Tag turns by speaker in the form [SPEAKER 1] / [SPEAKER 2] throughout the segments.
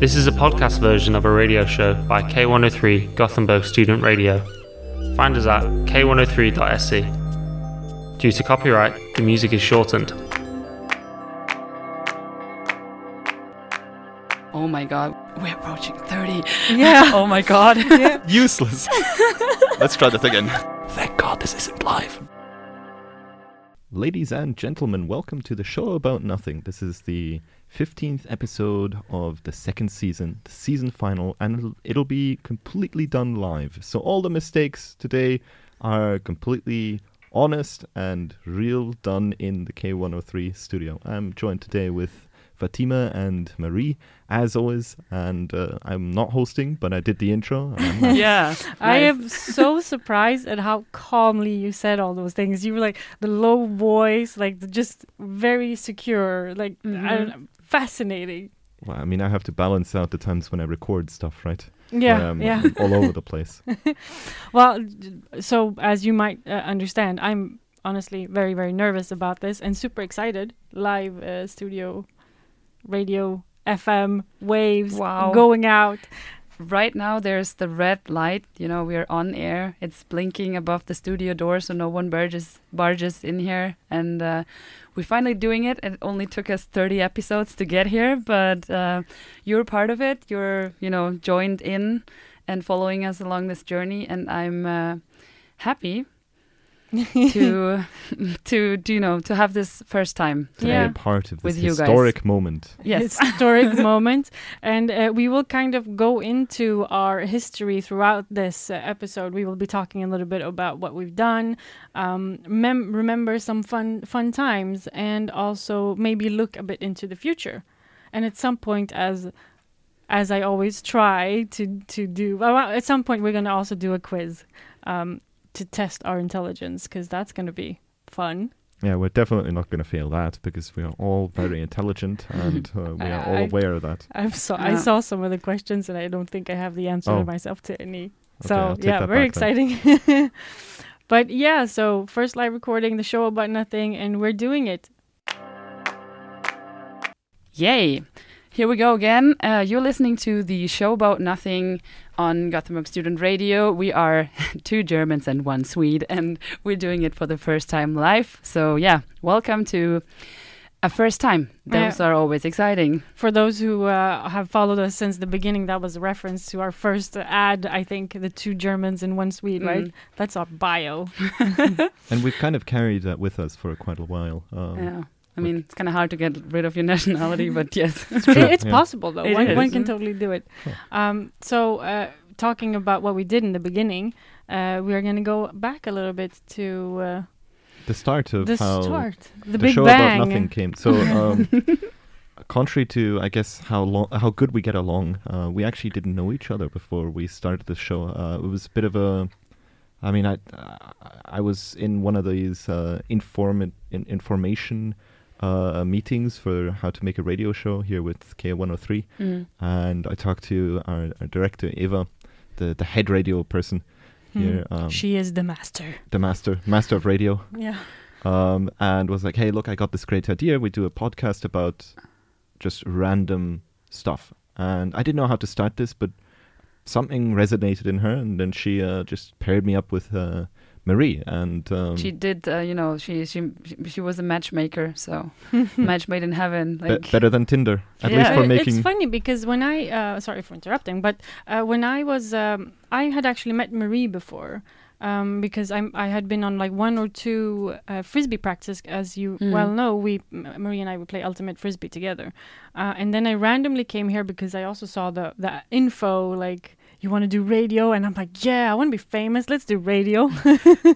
[SPEAKER 1] This is a podcast version of a radio show by K103 Gothenburg Student Radio. Find us at k103.se. E. Due to copyright, the music is shortened.
[SPEAKER 2] Oh my god, we're approaching 30.
[SPEAKER 3] Yeah.
[SPEAKER 2] oh my god.
[SPEAKER 4] Useless. Let's try that again.
[SPEAKER 3] Thank God this isn't live.
[SPEAKER 4] Ladies and gentlemen, welcome to the show about nothing. This is the 15th episode of the second season, the season final, and it'll, it'll be completely done live. So all the mistakes today are completely honest and real, done in the K103 studio. I'm joined today with Fatima and Marie, as always, and uh, I'm not hosting, but I did the intro. I'm not
[SPEAKER 2] Yeah.
[SPEAKER 3] I
[SPEAKER 2] nice.
[SPEAKER 3] am so surprised at how calmly you said all those things. You were like the low voice, like the- just very secure, like I don't know, fascinating.
[SPEAKER 4] Well, I mean, I have to balance out the times when I record stuff, right? Where
[SPEAKER 3] Yeah,
[SPEAKER 4] I'm
[SPEAKER 3] yeah.
[SPEAKER 4] all over the place.
[SPEAKER 3] Well, d- so as you might uh, understand, I'm honestly very, very nervous about this and super excited. Live uh, studio, radio, FM, waves,
[SPEAKER 2] Wow.
[SPEAKER 3] going out.
[SPEAKER 2] Right now there's the red light, you know, we're on air. It's blinking above the studio door so no one barges barges in here and uh, we're finally doing it. It only took us 30 episodes to get here, but uh, you're part of it. You're, you know, joined in and following us along this journey and I'm uh, happy to to you know, to have this first time.
[SPEAKER 4] To
[SPEAKER 3] Yeah.
[SPEAKER 4] be a part of this
[SPEAKER 2] With you guys.
[SPEAKER 4] historic moment.
[SPEAKER 2] Yes.
[SPEAKER 3] historic moment. And uh, we will kind of go into our history throughout this uh, episode. We will be talking a little bit about what we've done, um, mem- remember some fun fun times, and also maybe look a bit into the future. And at some point, as as I always try to to do, well, at some point we're gonna also do a quiz um, to test our intelligence because that's gonna be fun.
[SPEAKER 4] Yeah, we're definitely not going to fail that because we are all very intelligent and uh, we are all
[SPEAKER 3] I-
[SPEAKER 4] aware of that.
[SPEAKER 3] I'm so I
[SPEAKER 2] Yeah.
[SPEAKER 3] saw some of the questions and I don't think I have the answer
[SPEAKER 4] Oh.
[SPEAKER 3] myself to any.
[SPEAKER 4] Okay,
[SPEAKER 3] so
[SPEAKER 4] I'll take
[SPEAKER 3] yeah,
[SPEAKER 4] that
[SPEAKER 3] very
[SPEAKER 4] back then.
[SPEAKER 3] exciting. but yeah, so first live recording the show about nothing, and we're doing it.
[SPEAKER 2] Yay! Here we go again. Uh, you're listening to the show about nothing on Gothenburg Student Radio. We are two Germans and one Swede, and we're doing it for the first time live. So, yeah, welcome to a first time.
[SPEAKER 3] Yeah.
[SPEAKER 2] Those are always exciting.
[SPEAKER 3] For those who uh, have followed us since the beginning, that was a reference to our first ad. I think the two Germans and one Swede, right?
[SPEAKER 2] Mm.
[SPEAKER 3] That's our bio.
[SPEAKER 4] And we've kind of carried that with us for quite a while. Um,
[SPEAKER 2] yeah. I mean, it's kind of hard to get rid of your nationality, but yes.
[SPEAKER 3] It's,
[SPEAKER 4] true,
[SPEAKER 3] it's
[SPEAKER 4] yeah.
[SPEAKER 3] possible though.
[SPEAKER 2] It
[SPEAKER 3] one,
[SPEAKER 2] is.
[SPEAKER 3] one can
[SPEAKER 2] Mm.
[SPEAKER 3] totally do it.
[SPEAKER 4] Sure.
[SPEAKER 3] Um, so, uh, talking about what we did in the beginning, uh, we are going to go back a little bit to uh,
[SPEAKER 4] The start of
[SPEAKER 3] the
[SPEAKER 4] how
[SPEAKER 3] start, the,
[SPEAKER 4] the
[SPEAKER 3] Big
[SPEAKER 4] show
[SPEAKER 3] Bang.
[SPEAKER 4] about nothing came. So, um, contrary to I guess how long, how good we get along, uh, we actually didn't know each other before we started the show. Uh, it was a bit of a, I mean, I I was in one of these uh, informant in, information uh, meetings for how to make a radio show here with K103,
[SPEAKER 2] Mm.
[SPEAKER 4] and I talked to our, our director Eva, the the head radio person here, um,
[SPEAKER 3] Hmm. she is the master.
[SPEAKER 4] the master master of radio
[SPEAKER 3] Yeah.
[SPEAKER 4] um, and was like, "Hey, look, I got this great idea. We do a podcast about just random stuff." And I didn't know how to start this, but something resonated in her, and then she uh, just paired me up with uh, Marie. And um,
[SPEAKER 2] She did, uh, you know, she, she she- she was a matchmaker, so match made in heaven.
[SPEAKER 4] be-
[SPEAKER 2] Like,
[SPEAKER 4] better than Tinder, at
[SPEAKER 2] Yeah.
[SPEAKER 4] least for
[SPEAKER 3] Uh,
[SPEAKER 4] making.
[SPEAKER 3] It's funny because when I, uh, sorry for interrupting, but uh, when I was, um, I had actually met Marie before. Um, because I'm, I had been on like one or two uh, frisbee practice, as you
[SPEAKER 2] Mm.
[SPEAKER 3] well know. We, M- Marie and I, would play ultimate frisbee together, uh, and then I randomly came here because I also saw the the info like you want to do radio, and I'm like, yeah, I want to be famous. Let's do radio.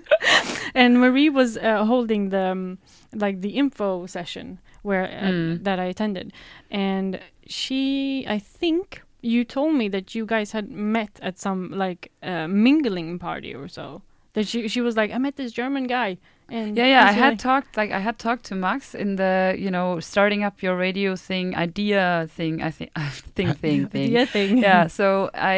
[SPEAKER 3] and Marie was uh, holding the um, like the info session where uh,
[SPEAKER 2] Mm.
[SPEAKER 3] that I attended, and she, I think you told me that you guys had met at some like uh, mingling party or so. That she she was like, I met this German guy, And
[SPEAKER 2] yeah yeah i
[SPEAKER 3] he's
[SPEAKER 2] had
[SPEAKER 3] really-
[SPEAKER 2] talked like i had talked to max in the you know starting up your radio thing idea thing i think thing thing thing
[SPEAKER 3] Yeah, thing.
[SPEAKER 2] yeah so i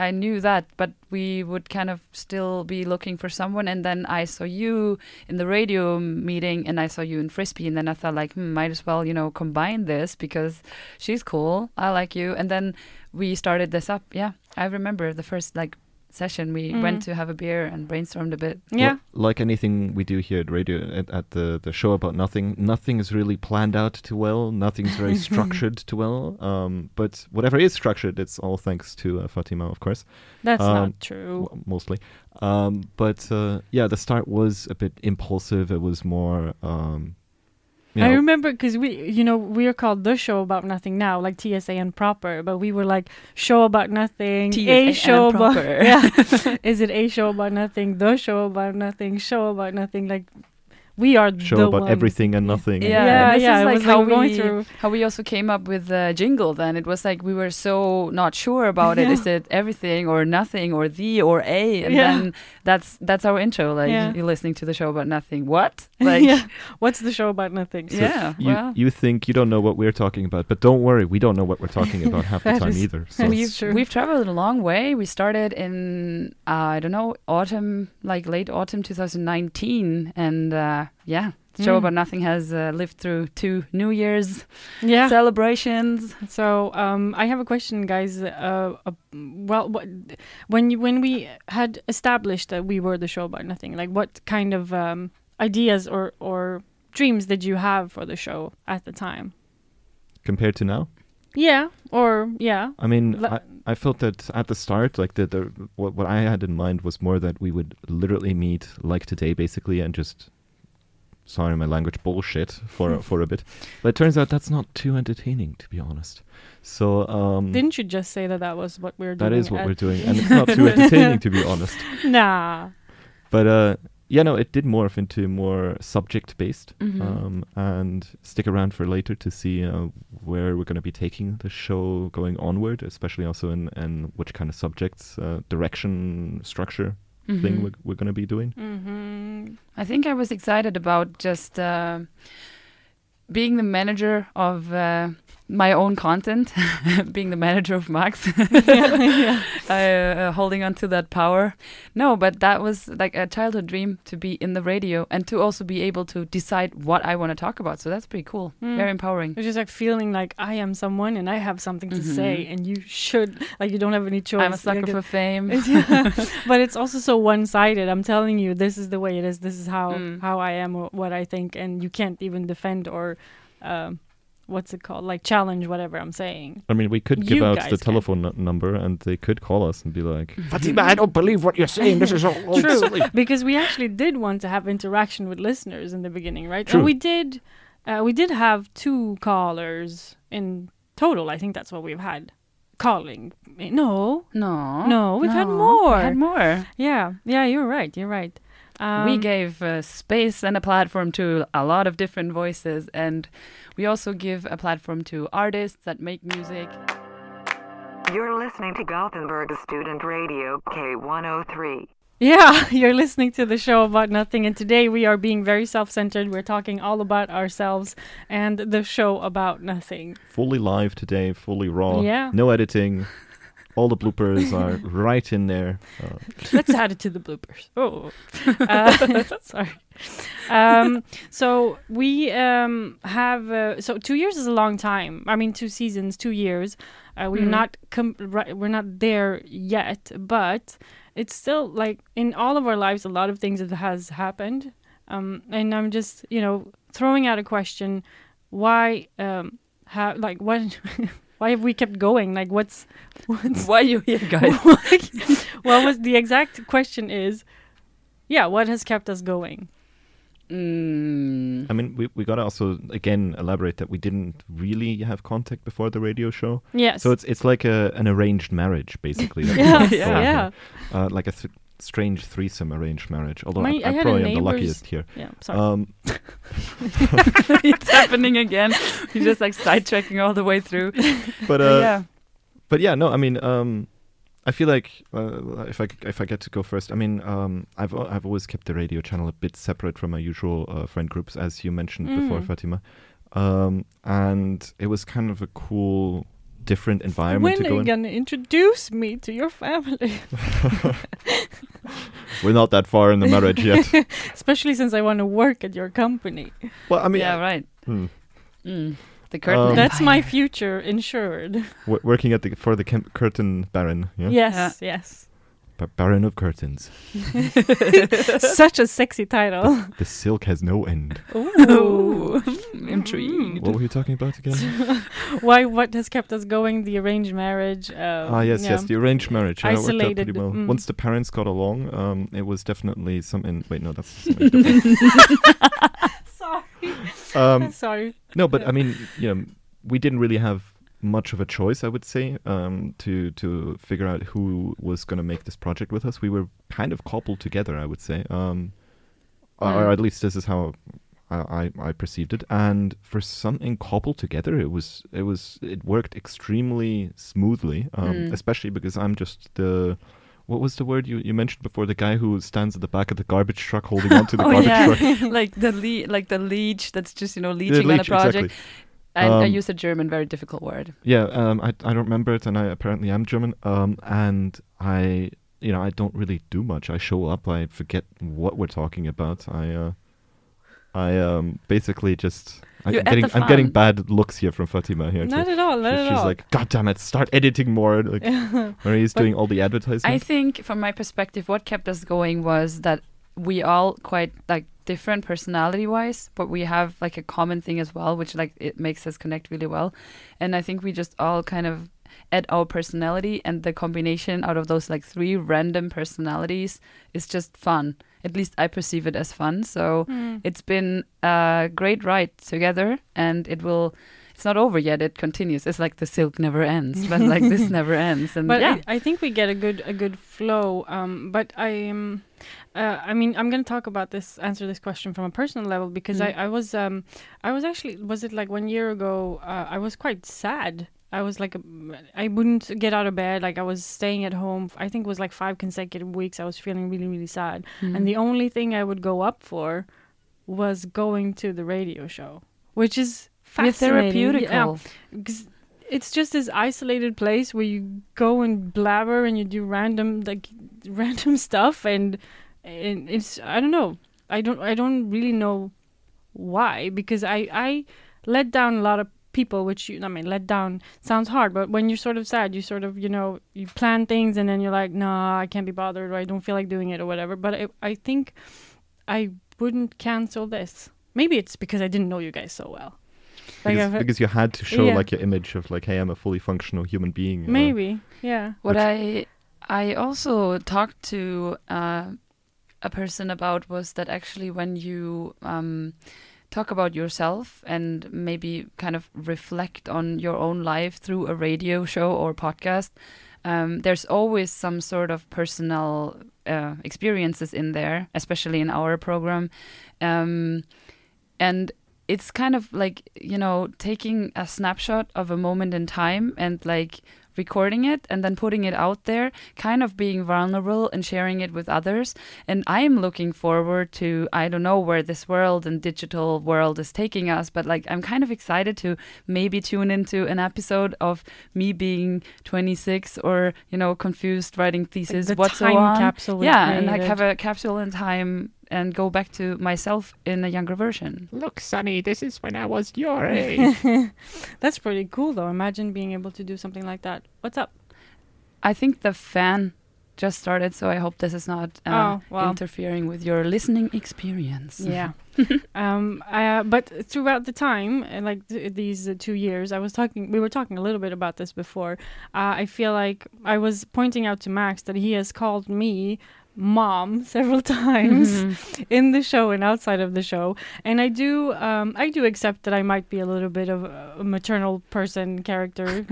[SPEAKER 2] i knew that but we would kind of still be looking for someone and then i saw you in the radio meeting and i saw you in frisbee and then i thought like hmm, might as well you know combine this because she's cool i like you and then we started this up yeah i remember the first like session we went
[SPEAKER 3] Mhm.
[SPEAKER 2] to have a beer and brainstormed a bit
[SPEAKER 3] yeah.
[SPEAKER 4] Li- like anything we do here at radio at, at the the show about nothing, nothing is really planned out too well. Nothing's very structured too well. Um, but whatever is structured, it's all thanks to uh, Fatima, of course.
[SPEAKER 3] That's
[SPEAKER 4] Um,
[SPEAKER 3] not true.
[SPEAKER 4] w- mostly. Um, but uh, yeah, the start was a bit impulsive. It was more. Um, you
[SPEAKER 3] I
[SPEAKER 4] know,
[SPEAKER 3] remember because we, you know, we are called the show about nothing now, like TSA and proper, but we were like show about nothing, a
[SPEAKER 2] TSA
[SPEAKER 3] show
[SPEAKER 2] and
[SPEAKER 3] about
[SPEAKER 2] proper.
[SPEAKER 3] yeah, is it a show about nothing, the show about nothing, show about nothing? Like we are
[SPEAKER 4] show
[SPEAKER 3] the
[SPEAKER 4] about
[SPEAKER 3] ones.
[SPEAKER 4] everything and nothing.
[SPEAKER 2] Yeah,
[SPEAKER 3] Yeah,
[SPEAKER 2] this
[SPEAKER 3] yeah,
[SPEAKER 2] is
[SPEAKER 3] it
[SPEAKER 2] like
[SPEAKER 3] was, like,
[SPEAKER 2] how
[SPEAKER 3] going
[SPEAKER 2] we
[SPEAKER 3] through-
[SPEAKER 2] how we also came up with the jingle. Then it was like we were so not sure about it.
[SPEAKER 3] Yeah.
[SPEAKER 2] Is it everything or nothing or the or a? And
[SPEAKER 3] Yeah.
[SPEAKER 2] then that's that's our intro. Like
[SPEAKER 3] Yeah.
[SPEAKER 2] you're listening to the show about nothing. What? Like
[SPEAKER 3] yeah, what's the show about nothing?
[SPEAKER 4] So
[SPEAKER 2] yeah,
[SPEAKER 4] you,
[SPEAKER 2] well.
[SPEAKER 4] you think you don't know what we're talking about, but don't worry, we don't know what we're talking about half the
[SPEAKER 3] That
[SPEAKER 4] time
[SPEAKER 3] is-
[SPEAKER 4] either. So
[SPEAKER 3] that's
[SPEAKER 2] we've
[SPEAKER 3] true.
[SPEAKER 2] we've traveled a long way. We started in uh, I don't know autumn, like late autumn 2019, and uh, yeah, the show
[SPEAKER 3] Mm.
[SPEAKER 2] about nothing has uh, lived through two New Year's
[SPEAKER 3] yeah.
[SPEAKER 2] celebrations.
[SPEAKER 3] So um, I have a question, guys. Uh, uh, well, what, when you, when we had established that we were the show about nothing, like what kind of um, ideas or or dreams did you have for the show at the time?
[SPEAKER 4] compared to now,
[SPEAKER 3] Yeah, or yeah,
[SPEAKER 4] I mean,
[SPEAKER 3] Le-
[SPEAKER 4] I, I felt that at the start, like the, the what, what I had in mind was more that we would literally meet like today, basically, and just sorry my language bullshit for for a bit. But it turns out that's not too entertaining, to be honest. So um,
[SPEAKER 3] didn't you just say that that was what we were doing?
[SPEAKER 4] that is what
[SPEAKER 3] at-
[SPEAKER 4] we're doing, and it's not too entertaining, to be honest.
[SPEAKER 3] Nah.
[SPEAKER 4] But uh, yeah, no, it did morph into more subject based.
[SPEAKER 3] Mm. Mm-hmm.
[SPEAKER 2] Mhm.
[SPEAKER 4] Um, and stick around for later to see uh, where we're going to be taking the show going onward, especially also in, in which kind of subjects, uh, direction, structure thing
[SPEAKER 2] Mhm.
[SPEAKER 4] we're, we're going to be doing.
[SPEAKER 3] Mm-hmm.
[SPEAKER 2] I think I was excited about just uh, being the manager of uh, my own content, being the manager of Max, uh, uh, holding on to that power. No, but that was like a childhood dream to be in the radio and to also be able to decide what I want to talk about. So that's pretty cool,
[SPEAKER 3] Mm.
[SPEAKER 2] very empowering.
[SPEAKER 3] It's just like feeling like I am someone and I have something to
[SPEAKER 2] Mhm.
[SPEAKER 3] say, and you should like you don't have any choice.
[SPEAKER 2] I'm a
[SPEAKER 3] Like,
[SPEAKER 2] sucker for fame.
[SPEAKER 3] It's- yeah. but it's also so one-sided. I'm telling you, this is the way it is. This is how
[SPEAKER 2] Mm.
[SPEAKER 3] how I am, wh- what I think, and you can't even defend or um, what's it called, like challenge whatever I'm saying.
[SPEAKER 4] I mean, we could give
[SPEAKER 3] You
[SPEAKER 4] out
[SPEAKER 3] guys
[SPEAKER 4] the
[SPEAKER 3] can. Mm.
[SPEAKER 4] telephone nu- number and they could call us and be like,
[SPEAKER 5] Fatima, I don't believe what you're saying. This is all, all
[SPEAKER 3] True.
[SPEAKER 5] silly.
[SPEAKER 3] Because we actually did want to have interaction with listeners in the beginning, right?
[SPEAKER 4] True.
[SPEAKER 3] And we did, uh, we did have two callers in total. I think that's what we've had calling. No,
[SPEAKER 2] No,
[SPEAKER 3] No, we've had
[SPEAKER 2] we
[SPEAKER 3] more.
[SPEAKER 2] had more.
[SPEAKER 3] yeah, yeah, you're right, you're right. Um,
[SPEAKER 2] we gave uh, space and a platform to a lot of different voices, and we also give a platform to artists that make music.
[SPEAKER 6] You're listening to Gothenburg Student Radio, K103.
[SPEAKER 3] Yeah, you're listening to the show about nothing, and today we are being very self centered. We're talking all about ourselves and the show about nothing.
[SPEAKER 4] fully live today, fully raw,
[SPEAKER 3] Yeah.
[SPEAKER 4] no editing. All the bloopers are right in there. Uh,
[SPEAKER 3] Let's add it to the bloopers. Oh, uh, sorry. Um, so we um, have uh, so two years is a long time. I mean, two seasons, two years. Uh, we're
[SPEAKER 2] Mhm.
[SPEAKER 3] not com- ri- we're not there yet, but it's still like in all of our lives, a lot of things that has happened. Um, and I'm just you know throwing out a question: Why? Um, how? Like what? why have we kept going? Like what's what's
[SPEAKER 2] Why you here, guys?
[SPEAKER 3] well, was the exact question is, yeah, what has kept us going?
[SPEAKER 2] mm.
[SPEAKER 4] I mean, we, we got to also, again, elaborate that we didn't really have contact before the radio show.
[SPEAKER 3] Yes.
[SPEAKER 4] So it's it's like a, an arranged marriage, basically. that we
[SPEAKER 3] yeah,
[SPEAKER 4] have going
[SPEAKER 3] yeah, yeah.
[SPEAKER 4] here. Uh, like a th- strange threesome arranged marriage. Although
[SPEAKER 3] My-
[SPEAKER 4] I,
[SPEAKER 3] I
[SPEAKER 4] I
[SPEAKER 3] had a
[SPEAKER 4] probably am the
[SPEAKER 3] neighbour's-
[SPEAKER 4] luckiest here.
[SPEAKER 3] sorry.
[SPEAKER 4] Um,
[SPEAKER 2] it's happening again. You're
[SPEAKER 3] Oh,
[SPEAKER 2] just like sidetracking all the way through.
[SPEAKER 4] but uh,
[SPEAKER 2] yeah,
[SPEAKER 4] but yeah, no, I mean, um, I feel like uh, if I c- if I get to go first, I mean, um, I've al- I've always kept the radio channel a bit separate from my usual uh, friend groups, as you mentioned before,
[SPEAKER 3] Mm.
[SPEAKER 4] Fatima, um, and it was kind of a cool, different environment
[SPEAKER 3] When
[SPEAKER 4] to
[SPEAKER 3] are
[SPEAKER 4] go
[SPEAKER 3] you
[SPEAKER 4] in.
[SPEAKER 3] gonna introduce me to your family?
[SPEAKER 4] We're not that far in the marriage yet.
[SPEAKER 3] Especially since I want to work at your company.
[SPEAKER 4] well, I mean,
[SPEAKER 2] yeah, right.
[SPEAKER 4] hmm.
[SPEAKER 2] Mm. The curtain.
[SPEAKER 4] Um,
[SPEAKER 3] That's my
[SPEAKER 2] empire.
[SPEAKER 3] future insured.
[SPEAKER 4] W- working at the for the cam- curtain baron, yeah,
[SPEAKER 3] Yes, yes.
[SPEAKER 4] Ba- baron of curtains.
[SPEAKER 3] Such a sexy title.
[SPEAKER 4] The silk has no end.
[SPEAKER 2] Ooh,
[SPEAKER 3] Mm-hmm.
[SPEAKER 2] intrigued.
[SPEAKER 4] what were you talking about again?
[SPEAKER 3] Mm. Why? What has kept us going? The arranged marriage. Uh,
[SPEAKER 4] Ah, yes,
[SPEAKER 3] yeah.
[SPEAKER 4] yes, the arranged marriage. Yeah, that worked out
[SPEAKER 3] Isolated,
[SPEAKER 4] pretty well.
[SPEAKER 3] mm.
[SPEAKER 4] Once the parents got along, um, it was definitely something. Wait, no, that's something different.
[SPEAKER 3] Sorry,
[SPEAKER 4] Um,
[SPEAKER 3] sorry.
[SPEAKER 4] no, but
[SPEAKER 3] Yeah.
[SPEAKER 4] I mean, you know, we didn't really have much of a choice, I would say, um, to to figure out who was going to make this project with us. We were kind of cobbled together, I would say, um, or- or
[SPEAKER 2] Mm.
[SPEAKER 4] at least this is how I, I I perceived it. And for something cobbled together, it was it was it worked extremely smoothly, um,
[SPEAKER 2] Mm.
[SPEAKER 4] especially because I'm just the. What was the word you, you mentioned before? The guy who stands at the back of the garbage truck holding onto the
[SPEAKER 2] Oh,
[SPEAKER 4] garbage
[SPEAKER 2] yeah.
[SPEAKER 4] truck.
[SPEAKER 2] like the le- like the leech that's just you know
[SPEAKER 4] The
[SPEAKER 2] leeching on a
[SPEAKER 4] leech,
[SPEAKER 2] project.
[SPEAKER 4] exactly.
[SPEAKER 2] I, I
[SPEAKER 4] Um,
[SPEAKER 2] used a German very difficult word.
[SPEAKER 4] Yeah, um, I I don't remember it, and I apparently am German. Um, and I, you know, I don't really do much. I show up. I forget what we're talking about. I, uh, I um, basically just. I,
[SPEAKER 2] You're
[SPEAKER 4] am
[SPEAKER 2] at the
[SPEAKER 4] getting I'm getting
[SPEAKER 2] fun.
[SPEAKER 4] bad looks here from Fatima here. too.
[SPEAKER 3] Not at all. Not
[SPEAKER 4] She-
[SPEAKER 3] at
[SPEAKER 4] she's
[SPEAKER 3] all.
[SPEAKER 4] like, God damn it, start editing more. Like, Marie's
[SPEAKER 3] But
[SPEAKER 4] doing all the
[SPEAKER 2] I
[SPEAKER 4] advertising.
[SPEAKER 2] think, from my perspective, what kept us going was that we all quite like different personality-wise, but we have like a common thing as well, which like it makes us connect really well. And I think we just all kind of add our personality, and the combination out of those like three random personalities is just fun. At least I perceive it as fun. So it's been a great ride together, and it will. It's not over yet. It continues. It's like the silk never ends, but like this never ends. And
[SPEAKER 3] but
[SPEAKER 2] yeah.
[SPEAKER 3] I, I think we get a good a good flow. Um, but I am, uh, I mean, I'm gonna talk about this, answer this question from a personal level because
[SPEAKER 2] Mm.
[SPEAKER 3] I, I was um, I was actually was it like one year ago? Uh, I was quite sad. I was like, um, I wouldn't get out of bed. Like I was staying at home. f- I think it was like five consecutive weeks. I was feeling really really sad,
[SPEAKER 2] Mm.
[SPEAKER 3] and the only thing I would go up for was going to the radio show, which is.
[SPEAKER 2] You're
[SPEAKER 3] fascinating. Yeah.
[SPEAKER 2] therapeutical.
[SPEAKER 3] 'Cause it's just this isolated place where you go and blabber and you do random like random stuff and and it's I don't know I don't I don't really know why because I I let down a lot of people which you I mean let down sounds hard but when you're sort of sad you sort of you know you plan things and then you're like nah I can't be bothered or I don't feel like doing it or whatever but I I think I wouldn't cancel this maybe it's because I didn't know you guys so well Like,
[SPEAKER 4] because,
[SPEAKER 3] I've-
[SPEAKER 4] because you had to show
[SPEAKER 3] Yeah.
[SPEAKER 4] like your image of like, hey, I'm a fully functional human being. uh,
[SPEAKER 3] maybe yeah
[SPEAKER 2] What
[SPEAKER 4] Which-
[SPEAKER 2] I I also talked to uh, a person about was that actually when you um, talk about yourself and maybe kind of reflect on your own life through a radio show or podcast, um, there's always some sort of personal uh, experiences in there, especially in our program. Um, and it's kind of like, you know, taking a snapshot of a moment in time and like recording it and then putting it out there, kind of being vulnerable and sharing it with others. And I'm looking forward to, I don't know where this world and digital world is taking us, but like I'm kind of excited to maybe tune into an episode of me being 26 or, you know, confused writing thesis.
[SPEAKER 3] the
[SPEAKER 2] what's
[SPEAKER 3] time
[SPEAKER 2] on
[SPEAKER 3] capsule we
[SPEAKER 2] yeah and like
[SPEAKER 3] created.
[SPEAKER 2] have a capsule in time and go back to myself in a younger version
[SPEAKER 5] Look, Sonny, this is when I was your age.
[SPEAKER 3] That's pretty cool, though. Imagine being able to do something like that. What's up?
[SPEAKER 2] i think the fan just started so i hope this is not uh,
[SPEAKER 3] Oh, well.
[SPEAKER 2] interfering with your listening experience
[SPEAKER 3] Yeah. um. I, uh, but throughout the time, uh, like th- these uh, two years, I was talking. We were talking a little bit about this before. Uh, I feel like I was pointing out to Max that he has called me mom several
[SPEAKER 2] Mm-hmm.
[SPEAKER 3] times in the show and outside of the show and i do um i do accept that i might be a little bit of a maternal person character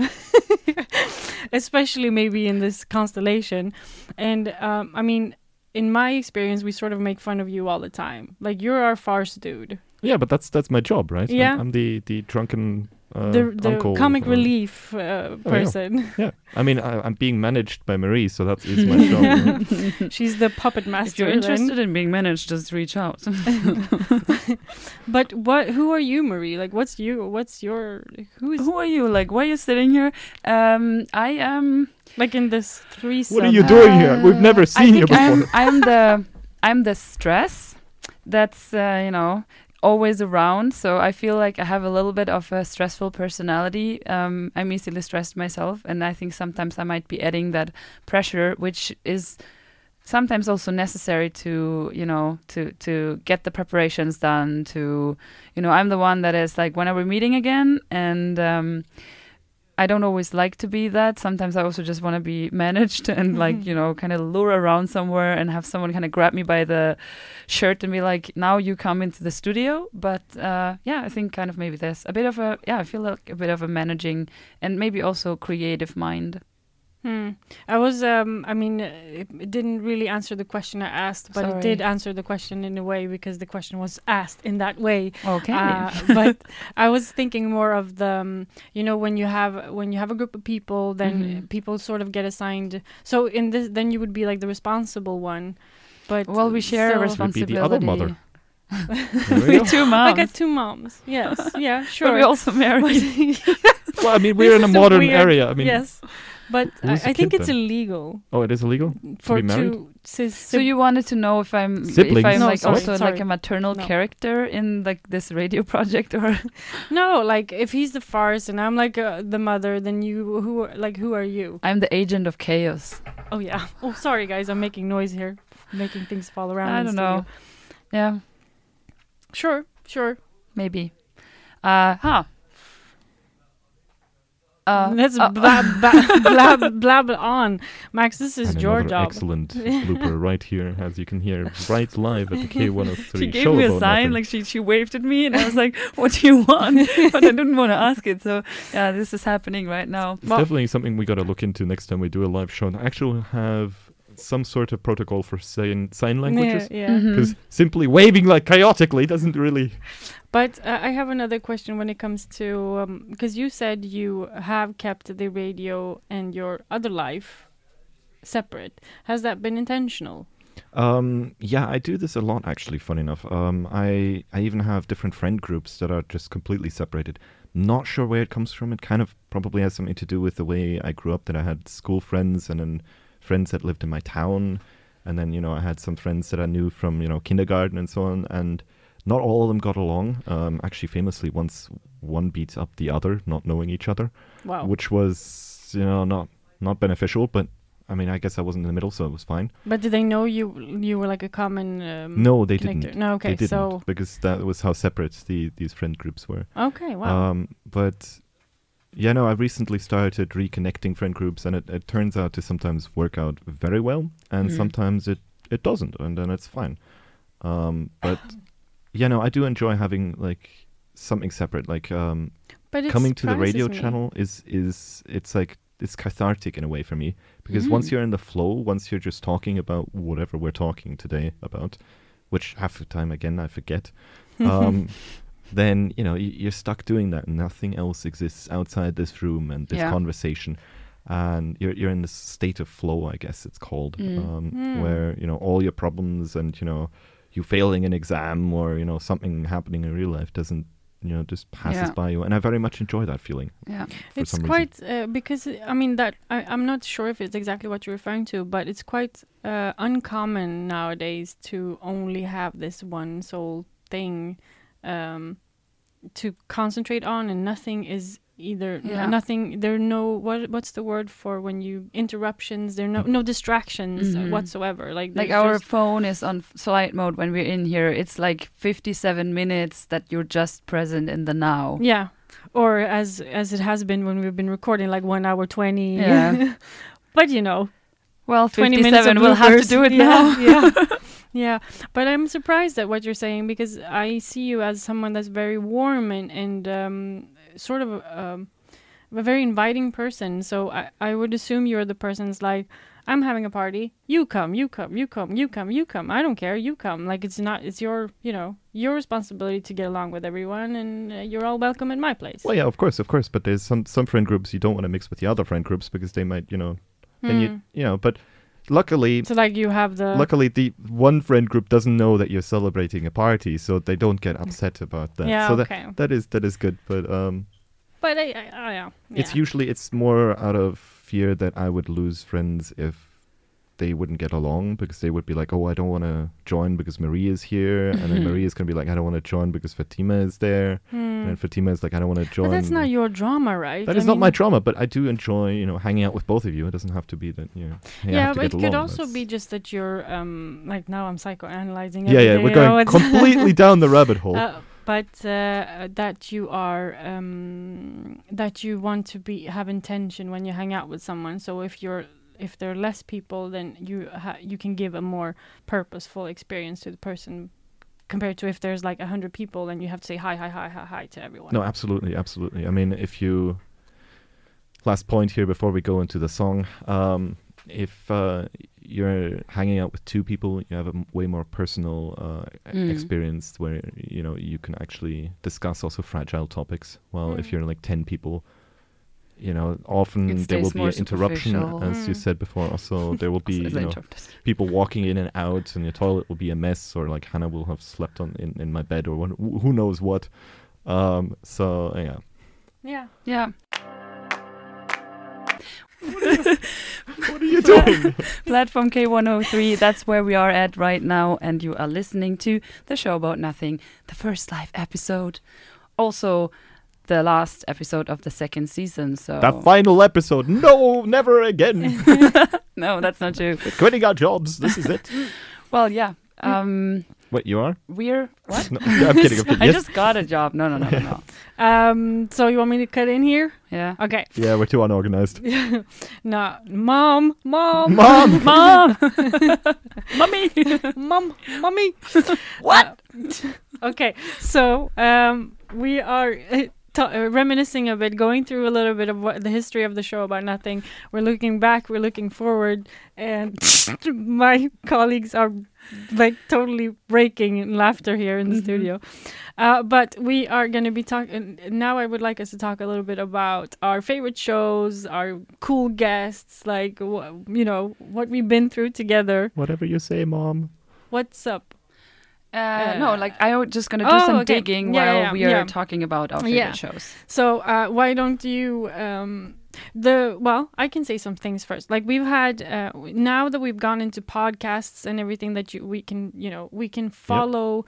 [SPEAKER 3] especially maybe in this constellation and um i mean in my experience we sort of make fun of you all the time like you're our farce dude
[SPEAKER 4] Yeah, but that's that's my job, right? I'm-
[SPEAKER 3] Yeah.
[SPEAKER 4] I'm, the the drunken uh,
[SPEAKER 3] the the
[SPEAKER 4] uncle
[SPEAKER 3] comic
[SPEAKER 4] or-
[SPEAKER 3] relief uh, person.
[SPEAKER 4] Oh, Yeah, I mean, I, I'm being managed by Marie, so that is my job. right?
[SPEAKER 3] She's the puppet
[SPEAKER 2] If you're
[SPEAKER 3] master.
[SPEAKER 2] interested
[SPEAKER 3] then.
[SPEAKER 2] in being managed, just reach out.
[SPEAKER 3] But what? Who are you, Marie? Like, what's you? What's your? Who is
[SPEAKER 2] Who are you? Like, why are you sitting here? Um, I am.
[SPEAKER 3] like in this threesome?
[SPEAKER 4] What are you doing here? We've never
[SPEAKER 2] Um, I
[SPEAKER 4] seen you
[SPEAKER 2] think I'm,
[SPEAKER 4] before.
[SPEAKER 2] I'm the I'm the stress that's uh, you know always around. So I feel like I have a little bit of a stressful personality. Um, I'm easily stressed myself, and I think sometimes I might be adding that pressure, which is sometimes also necessary to you know to to get the preparations done to you know i'm the one that is like when are we meeting again and um i don't always like to be that sometimes i also just want to be managed and like you know kind of lure around somewhere and have someone kind of grab me by the shirt and be like now you come into the studio but uh yeah i think kind of maybe there's a bit of a yeah i feel like a bit of a managing and maybe also creative mind
[SPEAKER 3] Hmm. I was. Um. I mean, uh, it it didn't really answer the question I asked, but it did
[SPEAKER 2] Sorry.
[SPEAKER 3] answer the question in a way because the question was asked in that way.
[SPEAKER 2] okay
[SPEAKER 3] Uh, but I was thinking more of the, um, you know, when you have when you have a group of people, then
[SPEAKER 2] Mhm.
[SPEAKER 3] people sort of get assigned. So in this, then you would be like the responsible one. But
[SPEAKER 2] well we share a
[SPEAKER 3] still-
[SPEAKER 4] Would be
[SPEAKER 2] responsibility
[SPEAKER 4] the other mother. There we
[SPEAKER 2] we
[SPEAKER 4] go.
[SPEAKER 2] two
[SPEAKER 3] I
[SPEAKER 2] moms.
[SPEAKER 3] got two moms. Yes. Yeah. Sure.
[SPEAKER 2] But we also married.
[SPEAKER 4] well, I mean, we're in a
[SPEAKER 3] is a
[SPEAKER 4] modern
[SPEAKER 3] weird-
[SPEAKER 4] area. I mean,
[SPEAKER 3] yes. But
[SPEAKER 4] Who is the
[SPEAKER 3] I, I think
[SPEAKER 4] kid
[SPEAKER 3] it's
[SPEAKER 4] then?
[SPEAKER 3] illegal
[SPEAKER 4] oh, it is illegal.
[SPEAKER 3] for
[SPEAKER 4] be married?
[SPEAKER 3] two sis.
[SPEAKER 2] so you wanted to know if I'm
[SPEAKER 4] Siblings.
[SPEAKER 2] if I'm
[SPEAKER 3] No,
[SPEAKER 2] like
[SPEAKER 3] sorry,
[SPEAKER 2] also
[SPEAKER 3] sorry.
[SPEAKER 2] like a maternal
[SPEAKER 3] No.
[SPEAKER 2] character in like this radio project or
[SPEAKER 3] no, like if he's the farce and I'm like uh, the mother, then you who are, like who are you?
[SPEAKER 2] I'm the agent of chaos.
[SPEAKER 3] Oh yeah. Oh sorry guys, I'm making noise here, making things fall around.
[SPEAKER 2] I
[SPEAKER 3] in
[SPEAKER 2] don't
[SPEAKER 3] the
[SPEAKER 2] know.
[SPEAKER 3] studio.
[SPEAKER 2] Yeah,
[SPEAKER 3] Sure, sure.
[SPEAKER 2] maybe. Uh huh. Uh,
[SPEAKER 3] Let's
[SPEAKER 2] uh,
[SPEAKER 3] blab, blab, blab, blab on. Max, this is
[SPEAKER 4] And
[SPEAKER 3] your
[SPEAKER 4] another
[SPEAKER 3] job.
[SPEAKER 4] excellent blooper right here, as you can hear, right live at the K103
[SPEAKER 2] she gave
[SPEAKER 4] show
[SPEAKER 2] me a
[SPEAKER 4] about
[SPEAKER 2] sign,
[SPEAKER 4] nothing.
[SPEAKER 2] like she she waved at me, and I was like, "What do you want?" but I didn't want to ask it. So yeah, this is happening right now.
[SPEAKER 4] It's definitely something we got to look into next time we do a live show. And actually, we'll have some sort of protocol for sign sign languages
[SPEAKER 3] Yeah, Mm-hmm. yeah.
[SPEAKER 4] because simply waving like chaotically doesn't really.
[SPEAKER 3] But uh, I have another question when it comes to because you said you have kept the radio and your other life separate. Has that been intentional?
[SPEAKER 4] Um, yeah, I do this a lot. Actually, funny enough, um, I I even have different friend groups that are just completely separated. Not sure where it comes from. It kind of probably has something to do with the way I grew up. That I had school friends and then friends that lived in my town, and then you know I had some friends that I knew from you know kindergarten and so on. And not all of them got along. Um, actually, famously, once one beats up the other, not knowing each other
[SPEAKER 3] Wow.
[SPEAKER 4] which was you know not not beneficial but i mean i guess i wasn't in the middle so it was fine
[SPEAKER 3] but did they know you you were like a common? Um,
[SPEAKER 4] no they
[SPEAKER 3] connector?
[SPEAKER 4] didn't
[SPEAKER 3] No. Okay.
[SPEAKER 4] they didn't
[SPEAKER 3] So
[SPEAKER 4] because that was how separate the these friend groups were
[SPEAKER 3] okay. Wow.
[SPEAKER 4] um but yeah no i recently started reconnecting friend groups and it, it turns out to sometimes work out very well and
[SPEAKER 3] Mm-hmm.
[SPEAKER 2] Mhm.
[SPEAKER 4] sometimes it it doesn't and then it's fine um but yeah no i do enjoy having like something separate like um
[SPEAKER 3] but it
[SPEAKER 4] coming to the
[SPEAKER 3] surprises
[SPEAKER 4] radio
[SPEAKER 3] me.
[SPEAKER 4] channel is is it's like it's cathartic in a way for me because
[SPEAKER 3] Mm.
[SPEAKER 4] once you're in the flow, once you're just talking about whatever we're talking today about, which half the time again I forget, um, then you know y- you're stuck doing that. Nothing else exists outside this room and this
[SPEAKER 2] Yeah.
[SPEAKER 4] conversation, and you're you're in this state of flow, I guess it's called, um,
[SPEAKER 3] Mm.
[SPEAKER 4] where you know all your problems and you know you failing an exam or you know something happening in real life doesn't you know just passes
[SPEAKER 2] Yeah.
[SPEAKER 4] by you and i very much enjoy that feeling
[SPEAKER 2] Yeah.
[SPEAKER 4] for
[SPEAKER 3] it's
[SPEAKER 4] some reason.
[SPEAKER 3] quite uh, because uh, i mean that I, i'm not sure if it's exactly what you're referring to but it's quite uh, uncommon nowadays to only have this one sole thing um, to concentrate on and nothing is either
[SPEAKER 2] Yeah.
[SPEAKER 3] nothing there are no what what's the word for when you interruptions there are
[SPEAKER 4] Mm.
[SPEAKER 3] no no distractions
[SPEAKER 2] Mhm.
[SPEAKER 3] whatsoever like
[SPEAKER 2] like
[SPEAKER 3] there's
[SPEAKER 2] our
[SPEAKER 3] just-
[SPEAKER 2] phone is on f- flight mode when we're in here it's like 57 minutes that you're just present in the now
[SPEAKER 3] yeah or as as it has been when we've been recording like 1 hour 20
[SPEAKER 2] Yeah.
[SPEAKER 3] but you know
[SPEAKER 2] well
[SPEAKER 3] 20 minutes of
[SPEAKER 2] 57 we'll have to
[SPEAKER 3] bloopers.
[SPEAKER 2] do it
[SPEAKER 3] yeah,
[SPEAKER 2] now
[SPEAKER 3] yeah. yeah. But I'm surprised at what you're saying because I see you as someone that's very warm and, and um, sort of um, a very inviting person. So I, I would assume you're the person's like, I'm having a party. You come, you come, you come, you come, you come. I don't care. You come. Like it's not. It's your, you know, your responsibility to get along with everyone, and uh, you're all welcome at my place.
[SPEAKER 4] Well, yeah, of course, of course. But there's some some friend groups you don't want to mix with the other friend groups because they might, you know, then
[SPEAKER 3] Hmm.
[SPEAKER 4] you you know. But luckily,
[SPEAKER 3] So like you have the
[SPEAKER 4] luckily the one friend group doesn't know that you're celebrating a party, so they don't get upset about that.
[SPEAKER 3] Yeah,
[SPEAKER 4] so that,
[SPEAKER 3] okay.
[SPEAKER 4] that is that is good. But um,
[SPEAKER 3] But I, I, I yeah.
[SPEAKER 4] it's usually it's more out of fear that I would lose friends if they wouldn't get along because they would be like, oh, I don't want to join because Marie is here, and then Marie is gonna be like, I don't want to join because Fatima is there, and then Fatima is like, I don't want to join.
[SPEAKER 3] Hmm. But that's not your drama, right?
[SPEAKER 4] That
[SPEAKER 3] I
[SPEAKER 4] is not my
[SPEAKER 3] mean-
[SPEAKER 4] drama, but I do enjoy, you know, hanging out with both of you. It doesn't have to be that, you know. you
[SPEAKER 3] Yeah,
[SPEAKER 4] have to
[SPEAKER 3] but it
[SPEAKER 4] get
[SPEAKER 3] could
[SPEAKER 4] along.
[SPEAKER 3] also
[SPEAKER 4] That's-
[SPEAKER 3] be just that you're um like now I'm psychoanalyzing.
[SPEAKER 4] Yeah, yeah,
[SPEAKER 3] everything,
[SPEAKER 4] we're
[SPEAKER 3] you know,
[SPEAKER 4] going
[SPEAKER 3] it's-
[SPEAKER 4] completely down the rabbit hole.
[SPEAKER 3] Uh, but uh, that you are um, that you want to be have intention when you hang out with someone. So if you're if there are less people, then you ha- you can give a more purposeful experience to the person compared to if there's like a hundred people, then you have to say hi, hi, hi, hi, hi to everyone.
[SPEAKER 4] No, absolutely, absolutely. I mean, if you last point here before we go into the song, um, if uh, you're hanging out with two people, you have a m- way more personal uh, e-
[SPEAKER 2] Mm.
[SPEAKER 4] experience where you know you can actually discuss also fragile topics. While if
[SPEAKER 3] Mm.
[SPEAKER 4] you're like ten people. You know, often
[SPEAKER 2] It
[SPEAKER 4] there will
[SPEAKER 2] stays
[SPEAKER 4] be
[SPEAKER 2] more
[SPEAKER 4] an interruption,
[SPEAKER 2] superficial.
[SPEAKER 4] as you
[SPEAKER 3] Mm.
[SPEAKER 4] said before. Also, there will be
[SPEAKER 2] As
[SPEAKER 4] you
[SPEAKER 2] I
[SPEAKER 4] know,
[SPEAKER 2] interrupted.
[SPEAKER 4] people walking in and out, and your toilet will be a mess, or like Hannah will have slept on in, in my bed, or one, wh- who knows what. Um, so yeah,
[SPEAKER 3] Yeah.
[SPEAKER 2] Yeah.
[SPEAKER 4] what are you doing?
[SPEAKER 2] Platform K103, that's where we are at right now, and you are listening to the show about nothing, the first live episode. Also, the last episode of the second season. So
[SPEAKER 4] that final episode, no, never again.
[SPEAKER 2] no, that's not true.
[SPEAKER 4] We're quitting our jobs. This is it.
[SPEAKER 2] Well, yeah. Um,
[SPEAKER 4] What you are?
[SPEAKER 2] we're what?
[SPEAKER 4] No, I'm kidding. I'm kidding.
[SPEAKER 2] I
[SPEAKER 4] Yes.
[SPEAKER 2] just got a job. No, no, no, no, no.
[SPEAKER 3] Um, so you want me to cut in here?
[SPEAKER 2] Yeah.
[SPEAKER 3] Okay.
[SPEAKER 4] Yeah, we're too unorganized.
[SPEAKER 3] No, mom, mom,
[SPEAKER 4] Mom,
[SPEAKER 2] Mom, mommy.
[SPEAKER 3] mom, mommy. what? Uh, okay, so um, we are uh, ta- uh, reminiscing a bit, going through a little bit of what the history of the show about nothing. We're looking back, we're looking forward, and my colleagues are like totally breaking in laughter here in the studio. Uh, but we are going to be talking now. I would like us to talk a little bit about our favorite shows, our cool guests, like wh- you know what we've been through together.
[SPEAKER 4] whatever you say, mom.
[SPEAKER 3] What's up?
[SPEAKER 2] Uh, no, like I'm just gonna do
[SPEAKER 3] Oh,
[SPEAKER 2] some
[SPEAKER 3] okay.
[SPEAKER 2] digging
[SPEAKER 3] Yeah,
[SPEAKER 2] while
[SPEAKER 3] yeah,
[SPEAKER 2] we are
[SPEAKER 3] yeah.
[SPEAKER 2] talking about our favorite
[SPEAKER 3] Yeah.
[SPEAKER 2] shows.
[SPEAKER 3] So uh, why don't you um, the well? I can say some things first. Like we've had uh, w- now that we've gone into podcasts and everything that you we can you know we can follow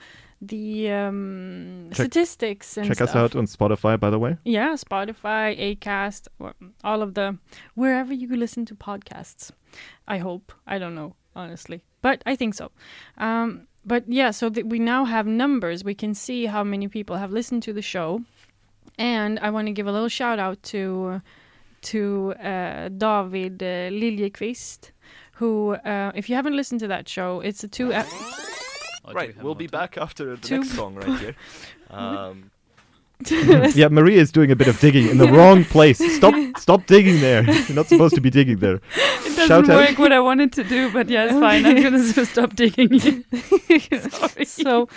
[SPEAKER 3] the um,
[SPEAKER 4] Check-
[SPEAKER 3] statistics and
[SPEAKER 4] Check us
[SPEAKER 3] stuff.
[SPEAKER 4] out on Spotify, by the way.
[SPEAKER 3] Yeah, Spotify, Acast, or all of the wherever you listen to podcasts. I hope. I don't know, honestly, but I think so. Um, but yeah, so th- we now have numbers. We can see how many people have listened to the show, and I want to give a little shout out to to uh, David uh, Liljeqvist, who, uh, if you haven't listened to that show, it's a two. ep-
[SPEAKER 4] after the
[SPEAKER 3] Two next
[SPEAKER 4] song right here. Um. yeah, Maria is doing a bit of digging in the wrong place. Stop, stop digging there. You're not supposed to be digging there.
[SPEAKER 2] It
[SPEAKER 4] Shout
[SPEAKER 2] doesn't
[SPEAKER 4] out-
[SPEAKER 2] work what I wanted to do, but yeah, it's fine. I'm gonna s- stop digging. Sorry.
[SPEAKER 3] so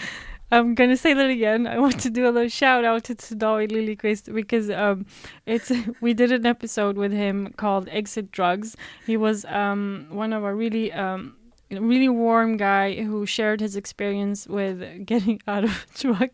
[SPEAKER 3] I'm gonna say that again. I want to do a little shout out to Tsudawi Liljeqvist because um, it's we did an episode with him called Exit Drugs. He was um, one of our really um, really warm guy who shared his experience with getting out of drug.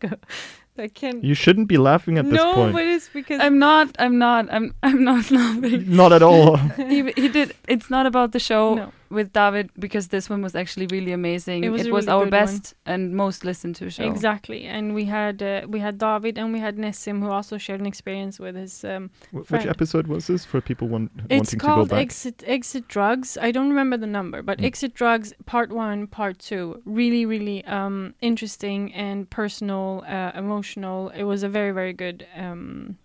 [SPEAKER 3] I can't.
[SPEAKER 4] You shouldn't be laughing at this
[SPEAKER 3] no,
[SPEAKER 4] point.
[SPEAKER 3] but it's because
[SPEAKER 2] I'm not. I'm not. I'm. I'm not laughing.
[SPEAKER 4] Not at all.
[SPEAKER 2] he, he did. It's not about the show
[SPEAKER 3] No.
[SPEAKER 2] with David because this one was actually really amazing.
[SPEAKER 3] It was a really
[SPEAKER 2] our
[SPEAKER 3] good one.
[SPEAKER 2] best and most listened to show.
[SPEAKER 3] exactly. And we had uh, we had David and we had Nessim who also shared an experience with his um,
[SPEAKER 4] Wh- Which
[SPEAKER 3] Friend.
[SPEAKER 4] episode was this for people want,
[SPEAKER 3] It's
[SPEAKER 4] wanting to go
[SPEAKER 3] called
[SPEAKER 4] back?
[SPEAKER 3] Exit Exit Drugs. I don't remember the number, but
[SPEAKER 4] Mm.
[SPEAKER 3] Exit Drugs Part One, Part Two. Really, really um, interesting and personal, uh, emotional. It was a very, very good um,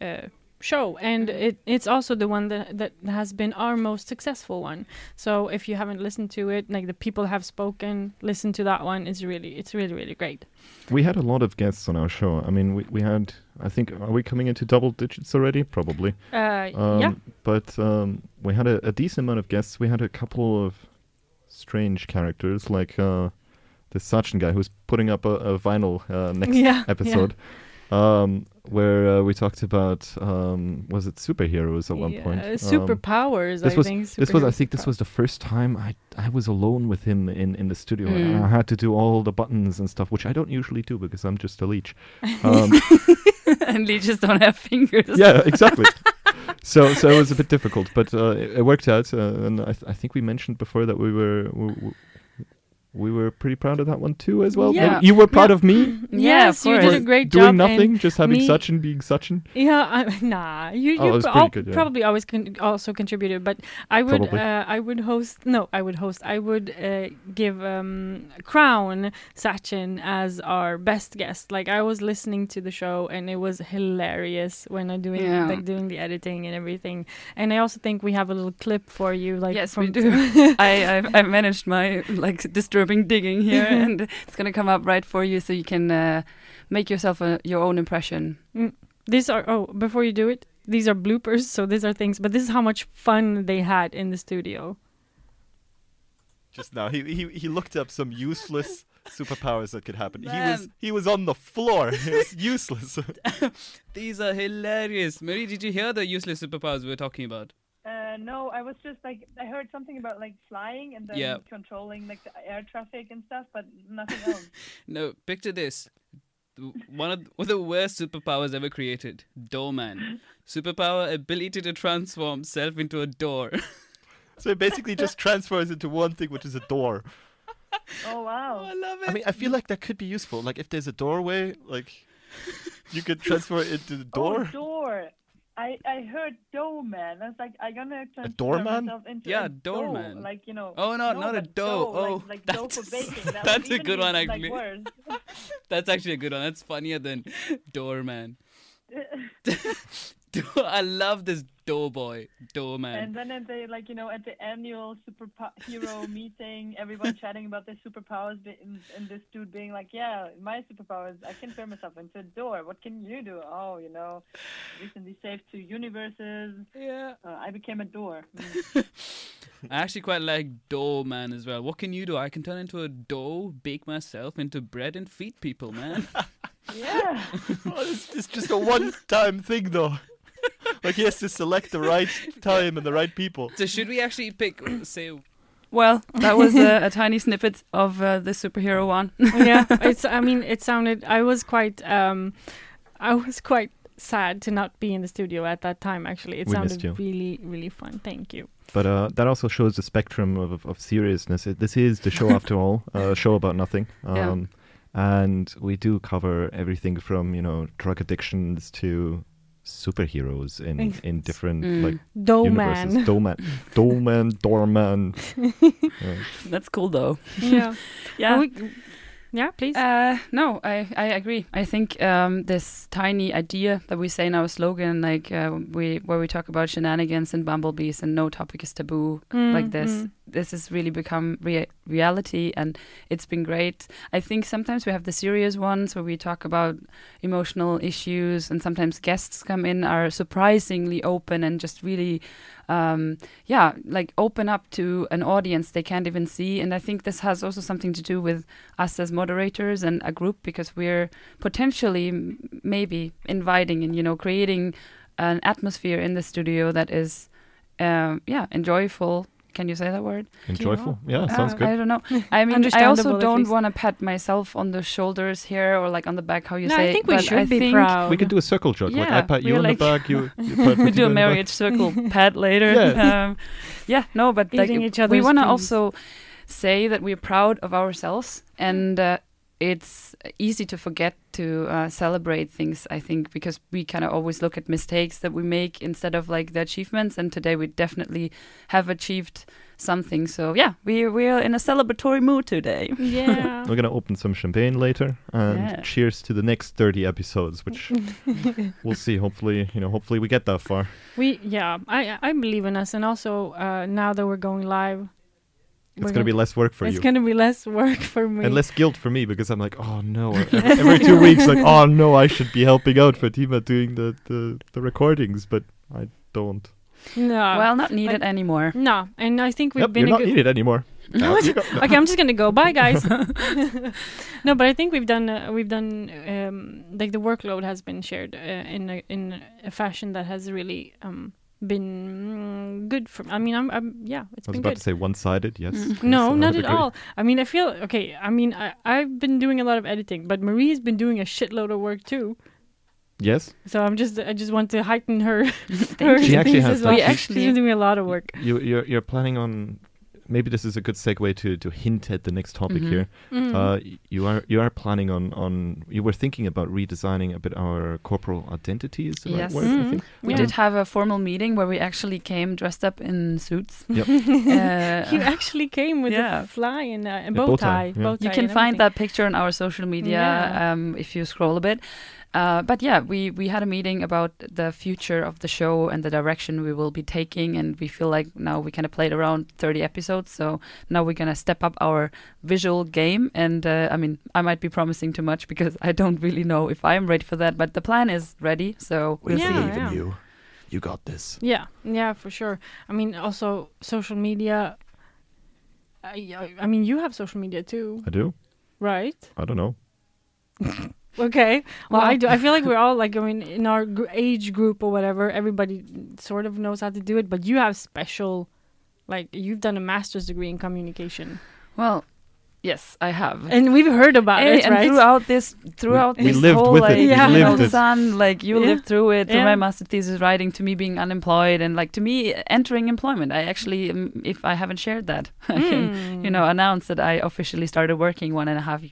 [SPEAKER 3] uh, show, and it, it's also the one that that has been our most successful one. So if you haven't listened to it, like the people have spoken, listen to that one. It's really it's really really great.
[SPEAKER 4] We had a lot of guests on our show. I mean, we, we had, I think, are we coming into double digits already? Probably.
[SPEAKER 3] Uh,
[SPEAKER 4] Um,
[SPEAKER 3] yeah,
[SPEAKER 4] But um, we had a, a decent amount of guests. We had a couple of strange characters, like uh, the Sachin guy who's putting up a, a vinyl uh, next
[SPEAKER 3] Yeah, yeah.
[SPEAKER 4] episode, Um, where uh, we talked about um, was it superheroes at one point?
[SPEAKER 3] Yeah,
[SPEAKER 4] Um,
[SPEAKER 3] superpowers.
[SPEAKER 4] this
[SPEAKER 3] I
[SPEAKER 4] was
[SPEAKER 3] think
[SPEAKER 4] this was I
[SPEAKER 3] superheroes.
[SPEAKER 4] think this was the first time I I was alone with him in in the studio and
[SPEAKER 2] Mm.
[SPEAKER 4] I had to do all the buttons and stuff which I don't usually do because I'm just a leech. Um,
[SPEAKER 2] and leeches don't have fingers.
[SPEAKER 4] yeah, exactly. so so it was a bit difficult, but uh, it, it worked out, uh, and I, th- I think we mentioned before that we were. We, we- we were pretty proud of that one too, as well. Maybe
[SPEAKER 2] Yeah.
[SPEAKER 4] You were proud of me
[SPEAKER 2] Yeah, of
[SPEAKER 3] yes, you
[SPEAKER 2] course.
[SPEAKER 3] did a great
[SPEAKER 4] doing
[SPEAKER 3] job. and-
[SPEAKER 4] nothing, just having
[SPEAKER 3] me-
[SPEAKER 4] such and being such and.
[SPEAKER 3] Yeah, I, nah. You, you
[SPEAKER 4] Oh, it was
[SPEAKER 3] pro-
[SPEAKER 4] pretty
[SPEAKER 3] I'll
[SPEAKER 4] good, yeah.
[SPEAKER 3] probably always con- also contributed, but I would
[SPEAKER 4] Probably.
[SPEAKER 3] uh, I would host. No, I would host. I would uh, give um, crown Sachin as our best guest. Like I was listening to the show, and it was hilarious when I doing
[SPEAKER 2] Yeah.
[SPEAKER 3] like doing the editing and everything. And I also think we have a little clip for you. Like
[SPEAKER 2] yes,
[SPEAKER 3] from
[SPEAKER 2] we do. I, I I managed my like disturbing digging here, and it's gonna come up right for you, so you can uh, make yourself a, your own impression.
[SPEAKER 3] These are oh, before you do it, these are bloopers. So these are things, but this is how much fun they had in the studio.
[SPEAKER 7] Just now, he, he he looked up some useless superpowers that could happen. He was
[SPEAKER 8] Man.
[SPEAKER 7] he was on the floor. He was useless.
[SPEAKER 8] These are hilarious. Marie, did you hear the useless superpowers we were talking about?
[SPEAKER 9] Uh, no, I was just like I heard something about like flying and then
[SPEAKER 8] Yeah.
[SPEAKER 9] controlling like the air traffic and stuff, but nothing else.
[SPEAKER 8] No, picture this. One of, one of the worst superpowers ever created Doorman. Superpower ability to transform self into a door.
[SPEAKER 7] so it basically just transfers into one thing, which is a door.
[SPEAKER 9] oh wow!
[SPEAKER 8] I love it.
[SPEAKER 7] I mean, I feel like that could be useful. Like if there's a doorway, like you could transfer it into the door.
[SPEAKER 9] Oh, door. I I heard doorman. I was like, I'm gonna transform
[SPEAKER 7] doorman?
[SPEAKER 9] myself into
[SPEAKER 8] Yeah,
[SPEAKER 9] a dough,
[SPEAKER 8] doorman.
[SPEAKER 9] Like you know.
[SPEAKER 8] Oh, no, not a
[SPEAKER 9] but
[SPEAKER 8] dough.
[SPEAKER 9] dough,
[SPEAKER 8] Oh,
[SPEAKER 9] like, like dough
[SPEAKER 8] that's-
[SPEAKER 9] for baking. That
[SPEAKER 8] that's
[SPEAKER 9] would
[SPEAKER 8] a
[SPEAKER 9] even
[SPEAKER 8] good one,
[SPEAKER 9] be, like,
[SPEAKER 8] actually.
[SPEAKER 9] worse.
[SPEAKER 8] That's actually a good one. That's funnier than Doorman. Door- I love this door boy,
[SPEAKER 9] And
[SPEAKER 8] Doorman.
[SPEAKER 9] then at the like you know at the annual superhero meeting, everyone chatting about their superpowers, be- and, and this dude being like, "Yeah, my superpowers, I can turn myself into a door. What can you do? Oh, you know, recently saved two universes.
[SPEAKER 8] Yeah.
[SPEAKER 9] Uh, I became a door. Mm.
[SPEAKER 8] I actually quite like Doorman as well. What can you do? I can turn into a dough, bake myself into bread, and feed people, man.
[SPEAKER 9] yeah,
[SPEAKER 7] Oh, it's, it's just a one-time thing, though. Like he has to select the right time and the right people.
[SPEAKER 8] so, should we actually pick, say,
[SPEAKER 2] Well, that was a, a tiny snippet of uh, the superhero one.
[SPEAKER 3] yeah it's i mean it sounded i was quite um i was quite sad to not be in the studio at that time actually it
[SPEAKER 4] We missed
[SPEAKER 3] sounded
[SPEAKER 4] you.
[SPEAKER 3] really really fun thank you
[SPEAKER 4] But uh, that also shows the spectrum of, of, of seriousness. It, this is the show, after all, a show about nothing.
[SPEAKER 2] Yeah.
[SPEAKER 4] Um, And we do cover everything from, you know, drug addictions to superheroes in, in different,
[SPEAKER 2] Mm.
[SPEAKER 4] like, universes.
[SPEAKER 3] doman
[SPEAKER 4] Doorman. Doorman, doorman.
[SPEAKER 2] That's cool though.
[SPEAKER 3] yeah
[SPEAKER 2] Yeah.
[SPEAKER 3] We- yeah please
[SPEAKER 2] Uh, no, I, I agree. I think um, this tiny idea that we say in our slogan, like uh, we where we talk about shenanigans and bumblebees and no topic is taboo, like this,
[SPEAKER 3] Mm, mm.
[SPEAKER 2] this has really become rea- reality, and it's been great. I think sometimes we have the serious ones where we talk about emotional issues, and sometimes guests come in are surprisingly open and just really um, yeah, like open up to an audience they can't even see. And I think this has also something to do with us as moderators and a group because we're potentially m- maybe inviting and you know creating an atmosphere in the studio that is, um, yeah, enjoyful. Can you say that word?
[SPEAKER 4] Enjoyable. Yeah, sounds
[SPEAKER 2] Uh,
[SPEAKER 4] good.
[SPEAKER 2] I don't know. I mean, I
[SPEAKER 3] Understandable,
[SPEAKER 2] also
[SPEAKER 3] at
[SPEAKER 2] don't
[SPEAKER 3] least.
[SPEAKER 2] want to pat myself on the shoulders here or like on the back, how you
[SPEAKER 3] no,
[SPEAKER 2] say.
[SPEAKER 3] i think we
[SPEAKER 2] but
[SPEAKER 3] should
[SPEAKER 2] I
[SPEAKER 3] be
[SPEAKER 2] think
[SPEAKER 3] proud
[SPEAKER 4] We could do a circle jerk. like, I
[SPEAKER 2] Yeah,
[SPEAKER 4] pat you
[SPEAKER 2] we're
[SPEAKER 4] on
[SPEAKER 2] like-
[SPEAKER 4] the back, you, you pat
[SPEAKER 2] we do a
[SPEAKER 4] on the back.
[SPEAKER 2] marriage circle pat later.
[SPEAKER 4] Yeah.
[SPEAKER 2] Um, yeah, no, but like,
[SPEAKER 3] Eating each
[SPEAKER 2] we
[SPEAKER 3] other's
[SPEAKER 2] want to
[SPEAKER 3] peas.
[SPEAKER 2] also say that we're proud of ourselves, and uh, it's easy to forget to uh, celebrate things, I think, because we kind of always look at mistakes that we make instead of like the achievements. And today we definitely have achieved something. So yeah, we we're in a celebratory mood today.
[SPEAKER 3] Yeah.
[SPEAKER 4] We're going to open some champagne later and
[SPEAKER 2] Yeah.
[SPEAKER 4] cheers to the next 30 episodes, which we'll see. Hopefully, you know, hopefully we get that far.
[SPEAKER 3] we yeah. I I believe in us, and also uh, now that we're going live,
[SPEAKER 4] It's going to be less work for
[SPEAKER 3] it's
[SPEAKER 4] you.
[SPEAKER 3] gonna be less work for me.
[SPEAKER 4] And less guilt for me because I'm like, oh no, every, every two weeks, like, oh no, I should be helping out Fatima doing the, the, the recordings, but I don't. Uh,
[SPEAKER 3] no.
[SPEAKER 2] well, not needed anymore.
[SPEAKER 3] no. And I think we've
[SPEAKER 4] Yep,
[SPEAKER 3] been
[SPEAKER 4] you're
[SPEAKER 3] a
[SPEAKER 4] not
[SPEAKER 3] good.
[SPEAKER 4] needed anymore. Now you go.
[SPEAKER 3] okay, I'm just gonna go. Bye, guys. no, but I think we've done uh, we've done um, like the workload has been shared uh, in a, in a fashion that has really um, been mm, good for. I mean, I'm, I'm yeah, it's
[SPEAKER 4] I was
[SPEAKER 3] been
[SPEAKER 4] about
[SPEAKER 3] good.
[SPEAKER 4] to say one sided, yes.
[SPEAKER 2] Mm.
[SPEAKER 4] yes, I
[SPEAKER 3] No,
[SPEAKER 4] would
[SPEAKER 3] not at
[SPEAKER 4] agree.
[SPEAKER 3] all. I mean, I feel okay. I mean, I, I've been doing a lot of editing, but Marie's been doing a shitload of work too.
[SPEAKER 4] Yes,
[SPEAKER 3] So I'm just, I just want to heighten her. her
[SPEAKER 4] you. She actually
[SPEAKER 3] things
[SPEAKER 4] has
[SPEAKER 3] as
[SPEAKER 4] done-
[SPEAKER 3] well.
[SPEAKER 4] We
[SPEAKER 3] she's
[SPEAKER 2] actually-
[SPEAKER 3] been doing a lot of work.
[SPEAKER 4] you, you're, you're planning on. Maybe this is a good segue to, to hint at the next topic
[SPEAKER 2] Mm-hmm.
[SPEAKER 4] here.
[SPEAKER 2] Mm.
[SPEAKER 4] Uh, y- you are you are planning on, on you were thinking about redesigning a bit our corporal identity. Is the right
[SPEAKER 2] Yes. Mm-hmm.
[SPEAKER 4] word, I
[SPEAKER 3] Mhm.
[SPEAKER 4] think.
[SPEAKER 2] We
[SPEAKER 3] Yeah.
[SPEAKER 2] did have a formal meeting where we actually came dressed up in suits.
[SPEAKER 4] Yep.
[SPEAKER 2] Uh,
[SPEAKER 3] He actually came with
[SPEAKER 2] Yeah.
[SPEAKER 3] a fly and a, a
[SPEAKER 4] bow
[SPEAKER 3] bow,
[SPEAKER 4] tie,
[SPEAKER 3] tie,
[SPEAKER 4] yeah.
[SPEAKER 3] bow tie
[SPEAKER 2] you can
[SPEAKER 3] and
[SPEAKER 2] find
[SPEAKER 3] everything.
[SPEAKER 2] that picture on our social media
[SPEAKER 3] Yeah.
[SPEAKER 2] um, if you scroll a bit. Uh, but yeah, we, we had a meeting about the future of the show and the direction we will be taking. And we feel like now we kind of played around 30 episodes. So now we're going to step up our visual game. And uh, I mean, I might be promising too much because I don't really know if I'm ready for that. But the plan is ready. So
[SPEAKER 7] We
[SPEAKER 2] we'll
[SPEAKER 3] Yeah,
[SPEAKER 7] believe
[SPEAKER 3] yeah.
[SPEAKER 7] in you. You got this.
[SPEAKER 3] Yeah, yeah, for sure. I mean, also social media. I, I mean, you have social media too,
[SPEAKER 4] I do.
[SPEAKER 3] right?
[SPEAKER 4] I don't know.
[SPEAKER 3] Okay. Well, I
[SPEAKER 2] Well-
[SPEAKER 3] do. I feel like we're all like, I mean, in our gr- age group or whatever, everybody sort of knows how to do it. But you have special, like, you've done a master's degree in communication,
[SPEAKER 2] Well, yes, I have.
[SPEAKER 3] and we've heard about
[SPEAKER 2] Eh,
[SPEAKER 3] it,
[SPEAKER 2] and
[SPEAKER 3] right?
[SPEAKER 2] throughout this, throughout
[SPEAKER 4] we
[SPEAKER 2] this
[SPEAKER 4] lived
[SPEAKER 2] whole
[SPEAKER 4] with it.
[SPEAKER 2] like
[SPEAKER 3] We
[SPEAKER 2] you know,
[SPEAKER 4] lived it.
[SPEAKER 2] son, like you
[SPEAKER 3] Yeah.
[SPEAKER 2] lived through it, through
[SPEAKER 3] Yeah.
[SPEAKER 2] my master thesis writing, to me being unemployed, and like to me entering employment. I actually, um, if I haven't shared that, I
[SPEAKER 3] Mm.
[SPEAKER 2] can you know announce that I officially started working one and a half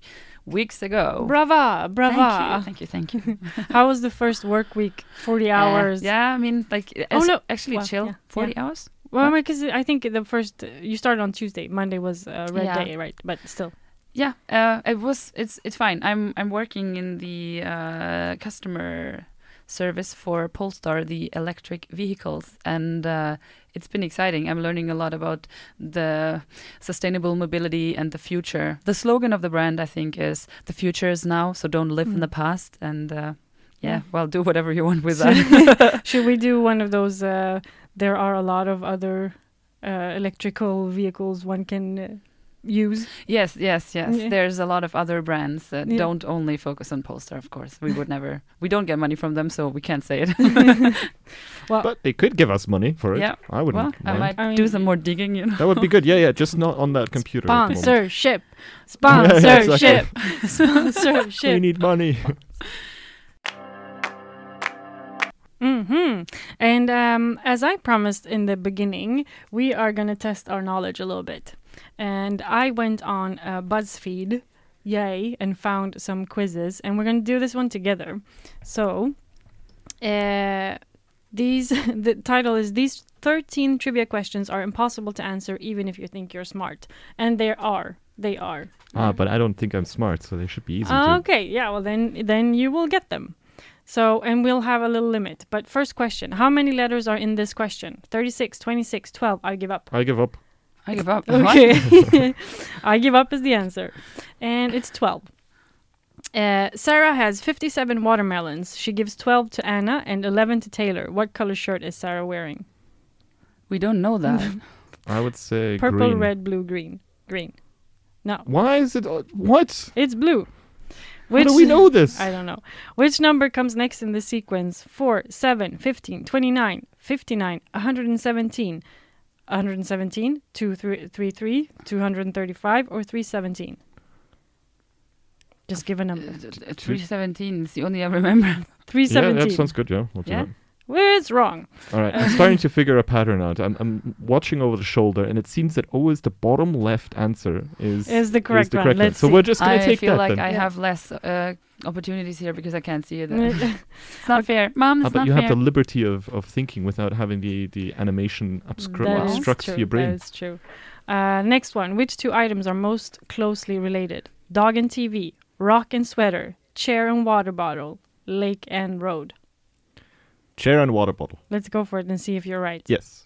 [SPEAKER 2] weeks ago.
[SPEAKER 3] brava,
[SPEAKER 2] Thank you,
[SPEAKER 3] brava.
[SPEAKER 2] thank you, thank you.
[SPEAKER 3] How was the first work week? Forty
[SPEAKER 2] Uh,
[SPEAKER 3] hours.
[SPEAKER 2] yeah, I mean, like,
[SPEAKER 3] Oh,
[SPEAKER 2] as-
[SPEAKER 3] no.
[SPEAKER 2] actually,
[SPEAKER 3] Well,
[SPEAKER 2] chill.
[SPEAKER 3] yeah,
[SPEAKER 2] Forty hours.
[SPEAKER 3] Well, because I think the first you started on Tuesday. Monday was uh, red
[SPEAKER 2] Yeah.
[SPEAKER 3] day, right? But still.
[SPEAKER 2] Yeah, uh, it was. It's it's fine. I'm I'm working in the uh, customer service for Polestar, the electric vehicles, and uh, it's been exciting. I'm learning a lot about the sustainable mobility and the future. The slogan of the brand, I think, is "The future is now, so don't live in
[SPEAKER 3] Mm.
[SPEAKER 2] the past." And uh, yeah, well, do whatever you want with that.
[SPEAKER 3] Should we do one of those? Uh, there are a lot of other uh, electrical vehicles one can uh, use.
[SPEAKER 2] yes, yes, yes.
[SPEAKER 3] Yeah.
[SPEAKER 2] There's a lot of other brands that
[SPEAKER 3] Yeah.
[SPEAKER 2] don't only focus on Polestar. Of course, we would never. We don't get money from them, so we can't say it.
[SPEAKER 4] But they could give us money for it.
[SPEAKER 2] Yeah.
[SPEAKER 4] I wouldn't.
[SPEAKER 2] Well, I
[SPEAKER 4] mind.
[SPEAKER 2] might
[SPEAKER 3] I mean-
[SPEAKER 2] do some more digging, you know.
[SPEAKER 4] That would be good. Yeah, yeah. Just not on that computer. at the moment.
[SPEAKER 3] Sponsorship,
[SPEAKER 4] Yeah, yeah, exactly.
[SPEAKER 3] sponsorship, sponsorship.
[SPEAKER 4] We need money.
[SPEAKER 3] Mm-hmm. And um, as I promised in the beginning, we are going to test our knowledge a little bit. And I went on uh, BuzzFeed, yay, and found some quizzes. And we're going to do this one together. So, uh, these the title is These 13 Trivia Questions Are Impossible to Answer Even If You Think You're Smart. And there are. They are.
[SPEAKER 4] ah, but I don't think I'm smart, so they should be easy.
[SPEAKER 3] Ah,
[SPEAKER 4] to
[SPEAKER 3] okay, yeah, well then then you will get them. So, and we'll have a little limit. But first question, how many letters are in this question? 36, 26, 12. I give up.
[SPEAKER 4] I give up.
[SPEAKER 2] I give up. What?
[SPEAKER 3] Okay. I give up is the answer. And it's 12. Uh, Sarah has 57 watermelons. She gives 12 to Anna and 11 to Taylor. What color shirt is Sarah wearing?
[SPEAKER 2] We don't know that.
[SPEAKER 4] I would say
[SPEAKER 3] Purple,
[SPEAKER 4] green.
[SPEAKER 3] red, blue, green. Green. No,
[SPEAKER 4] Why is it? o- What?
[SPEAKER 3] it's blue.
[SPEAKER 4] How do we know this?
[SPEAKER 3] I don't know. Which number comes next in the sequence? 4, 7, 15, 29, 59, 117, 117, 233, 235, or 317? Just give a number.
[SPEAKER 2] Three seventeen is the only I remember.
[SPEAKER 4] yeah, that
[SPEAKER 3] 317.
[SPEAKER 4] sounds good. Yeah, we'll do
[SPEAKER 2] Yeah?
[SPEAKER 4] that.
[SPEAKER 3] Where it's wrong.
[SPEAKER 4] All right, I'm starting to figure a pattern out. I'm, I'm watching over the shoulder, and it seems that always the bottom left answer is
[SPEAKER 3] Is the correct one. Let's
[SPEAKER 4] So
[SPEAKER 3] see.
[SPEAKER 4] we're just gonna
[SPEAKER 2] I
[SPEAKER 4] take
[SPEAKER 2] feel
[SPEAKER 4] that
[SPEAKER 2] like
[SPEAKER 4] then.
[SPEAKER 2] I have less uh, opportunities here because I can't see it. it's not fair, mom.
[SPEAKER 4] How
[SPEAKER 2] It's
[SPEAKER 4] about
[SPEAKER 2] not
[SPEAKER 4] you have
[SPEAKER 2] fair.
[SPEAKER 4] the liberty of, of thinking without having the, the animation obscru-
[SPEAKER 3] That is
[SPEAKER 4] obstruct
[SPEAKER 3] true,
[SPEAKER 4] your brain?
[SPEAKER 3] That is true. Uh, next one. Which two items are most closely related? Dog and TV, rock and sweater, chair and water bottle, lake and road.
[SPEAKER 4] Chair and water bottle.
[SPEAKER 3] Let's go for it and see if you're right.
[SPEAKER 4] Yes.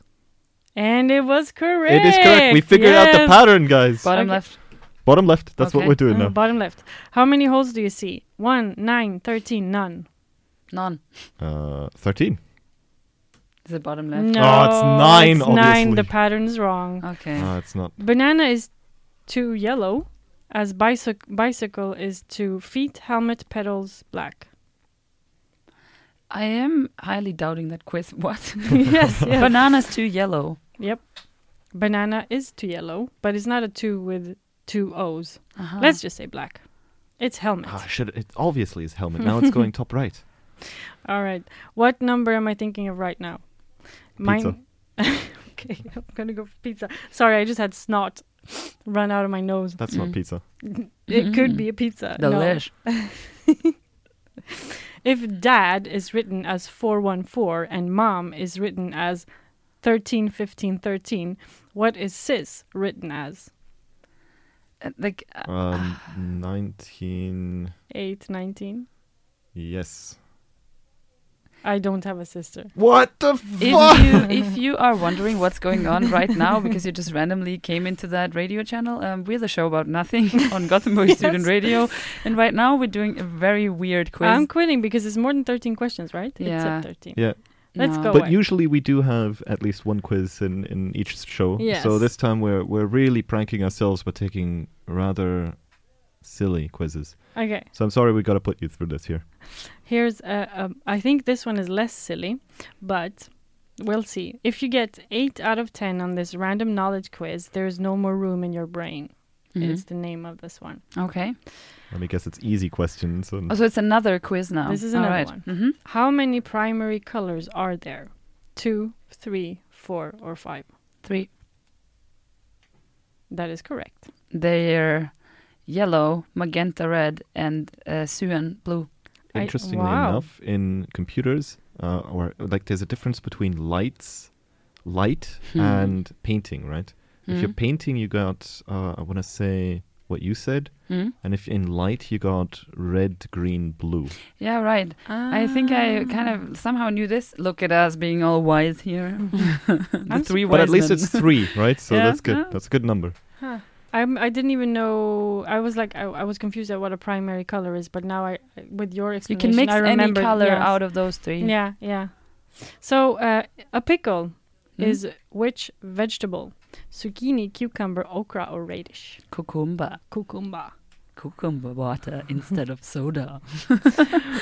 [SPEAKER 3] And it was correct.
[SPEAKER 4] It is correct. We figured out the
[SPEAKER 3] Yes.
[SPEAKER 4] pattern, guys.
[SPEAKER 2] Bottom
[SPEAKER 3] Okay.
[SPEAKER 2] left.
[SPEAKER 4] Bottom left. That's what
[SPEAKER 2] Okay.
[SPEAKER 4] we're doing
[SPEAKER 3] Uh,
[SPEAKER 4] now.
[SPEAKER 3] Bottom left. How many holes do you see? One, nine, thirteen, none.
[SPEAKER 2] None.
[SPEAKER 4] Uh, 13.
[SPEAKER 2] Is it bottom
[SPEAKER 3] No,
[SPEAKER 2] left?
[SPEAKER 4] Oh,
[SPEAKER 2] Uh.
[SPEAKER 4] it's nine,
[SPEAKER 3] it's nine. The
[SPEAKER 4] obviously.
[SPEAKER 3] pattern's wrong.
[SPEAKER 2] Okay.
[SPEAKER 4] Ah, it's not.
[SPEAKER 3] Banana is too yellow, as bicyc- bicycle is two feet, helmet, pedals, black.
[SPEAKER 2] I am highly doubting that quiz. What?
[SPEAKER 3] yes, yes.
[SPEAKER 2] Banana's too yellow.
[SPEAKER 3] yep. Banana is too yellow, but it's not a two with two O's.
[SPEAKER 2] Uh-huh.
[SPEAKER 3] Let's just say black. It's helmet.
[SPEAKER 4] Ah, should it obviously is helmet. Now it's going top right.
[SPEAKER 3] All right. What number am I thinking of right now?
[SPEAKER 4] Pizza.
[SPEAKER 3] okay, I'm gonna go for pizza. Sorry, I just had snot run out of my nose.
[SPEAKER 4] That's not pizza.
[SPEAKER 3] It could be a pizza. No.
[SPEAKER 2] Delish.
[SPEAKER 3] If dad is written as 414 and mom is written as 131513, what is sis written as?
[SPEAKER 2] Uh, Like uh,
[SPEAKER 4] Um, 19.
[SPEAKER 3] 819.
[SPEAKER 4] Yes.
[SPEAKER 3] I don't have a sister.
[SPEAKER 4] What the
[SPEAKER 2] if you if you are wondering what's going on right now because you just randomly came into that radio channel, um, we're the show about nothing on Gothenburg Student Radio, and right now we're doing a very weird quiz.
[SPEAKER 3] I'm quitting because it's more than 13 questions, right? It's
[SPEAKER 2] Yeah.
[SPEAKER 3] at 13.
[SPEAKER 4] Yeah.
[SPEAKER 3] Let's
[SPEAKER 2] No.
[SPEAKER 3] go.
[SPEAKER 4] But
[SPEAKER 3] away.
[SPEAKER 4] usually we do have at least one quiz in, in each show. So
[SPEAKER 3] Yes.
[SPEAKER 4] this time we're we're really pranking ourselves by taking rather silly quizzes.
[SPEAKER 3] Okay.
[SPEAKER 4] So I'm sorry we got to put you through this here.
[SPEAKER 3] Here's a, um, I think this one is less silly, but we'll see. If you get 8 out of 10 on this random knowledge quiz, there is no more room in your brain.
[SPEAKER 2] Mhm.
[SPEAKER 3] It's the name of this one.
[SPEAKER 2] Okay.
[SPEAKER 4] Let me guess it's easy questions. And
[SPEAKER 2] Oh, so it's another quiz now.
[SPEAKER 3] This is
[SPEAKER 2] All
[SPEAKER 3] another
[SPEAKER 2] right.
[SPEAKER 3] one.
[SPEAKER 2] Mhm.
[SPEAKER 3] How many primary colors are there? Two, three, four, or five?
[SPEAKER 2] Three.
[SPEAKER 3] That is correct.
[SPEAKER 2] They're yellow, magenta, red, and uh, cyan blue.
[SPEAKER 3] I-
[SPEAKER 4] Interestingly
[SPEAKER 3] wow.
[SPEAKER 4] enough, in computers, uh, or like there's a difference between lights, light,
[SPEAKER 2] Hmm.
[SPEAKER 4] and painting, right? If you're
[SPEAKER 2] Mhm.
[SPEAKER 4] painting, you got uh, I want to say what you said,
[SPEAKER 2] Mhm.
[SPEAKER 4] and if in light you got red, green, blue.
[SPEAKER 2] Yeah, right. I think
[SPEAKER 3] Ah.
[SPEAKER 2] I kind of somehow knew this. Look at us being all wise here. the
[SPEAKER 3] I'm
[SPEAKER 2] three
[SPEAKER 4] But
[SPEAKER 2] wise
[SPEAKER 4] at least
[SPEAKER 2] men.
[SPEAKER 4] it's three, right? So
[SPEAKER 2] Yeah,
[SPEAKER 4] that's good.
[SPEAKER 2] yeah.
[SPEAKER 4] That's a good number.
[SPEAKER 3] I'm, I didn't even know. I was like, I, I was confused at what a primary color is, but now I, I- with your
[SPEAKER 2] you
[SPEAKER 3] explanation,
[SPEAKER 2] can mix
[SPEAKER 3] I
[SPEAKER 2] any
[SPEAKER 3] remembered,
[SPEAKER 2] color
[SPEAKER 3] yes.
[SPEAKER 2] out of those three.
[SPEAKER 3] Yeah, yeah. So uh, a pickle
[SPEAKER 2] Mhm.
[SPEAKER 3] is which vegetable? Zucchini, cucumber, okra, or radish?
[SPEAKER 2] Cucumber,
[SPEAKER 3] Cucumber.
[SPEAKER 2] cucumber water instead of soda.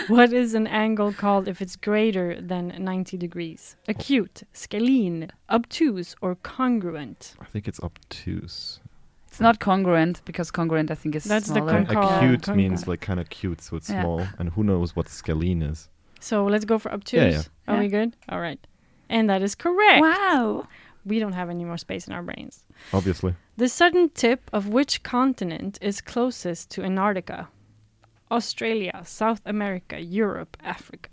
[SPEAKER 3] what is an angle called if it's greater than 90 degrees? Acute, scalene, obtuse, or congruent?
[SPEAKER 4] I think it's obtuse.
[SPEAKER 2] It's not congruent because congruent I think is
[SPEAKER 3] That's the
[SPEAKER 2] smaller.
[SPEAKER 3] Concord. Concord.
[SPEAKER 4] Acute
[SPEAKER 3] Concord.
[SPEAKER 4] means like kind of cute, so it's
[SPEAKER 2] Yeah.
[SPEAKER 4] small, and who knows what scalene is?
[SPEAKER 3] So let's go for obtuse.
[SPEAKER 4] yeah.
[SPEAKER 3] Are
[SPEAKER 2] Yeah.
[SPEAKER 3] we good? All right. And that is correct.
[SPEAKER 2] Wow.
[SPEAKER 3] We don't have any more space in our brains.
[SPEAKER 4] Obviously,
[SPEAKER 3] The southern tip of which continent is closest to Antarctica? Australia, South America, Europe, Africa.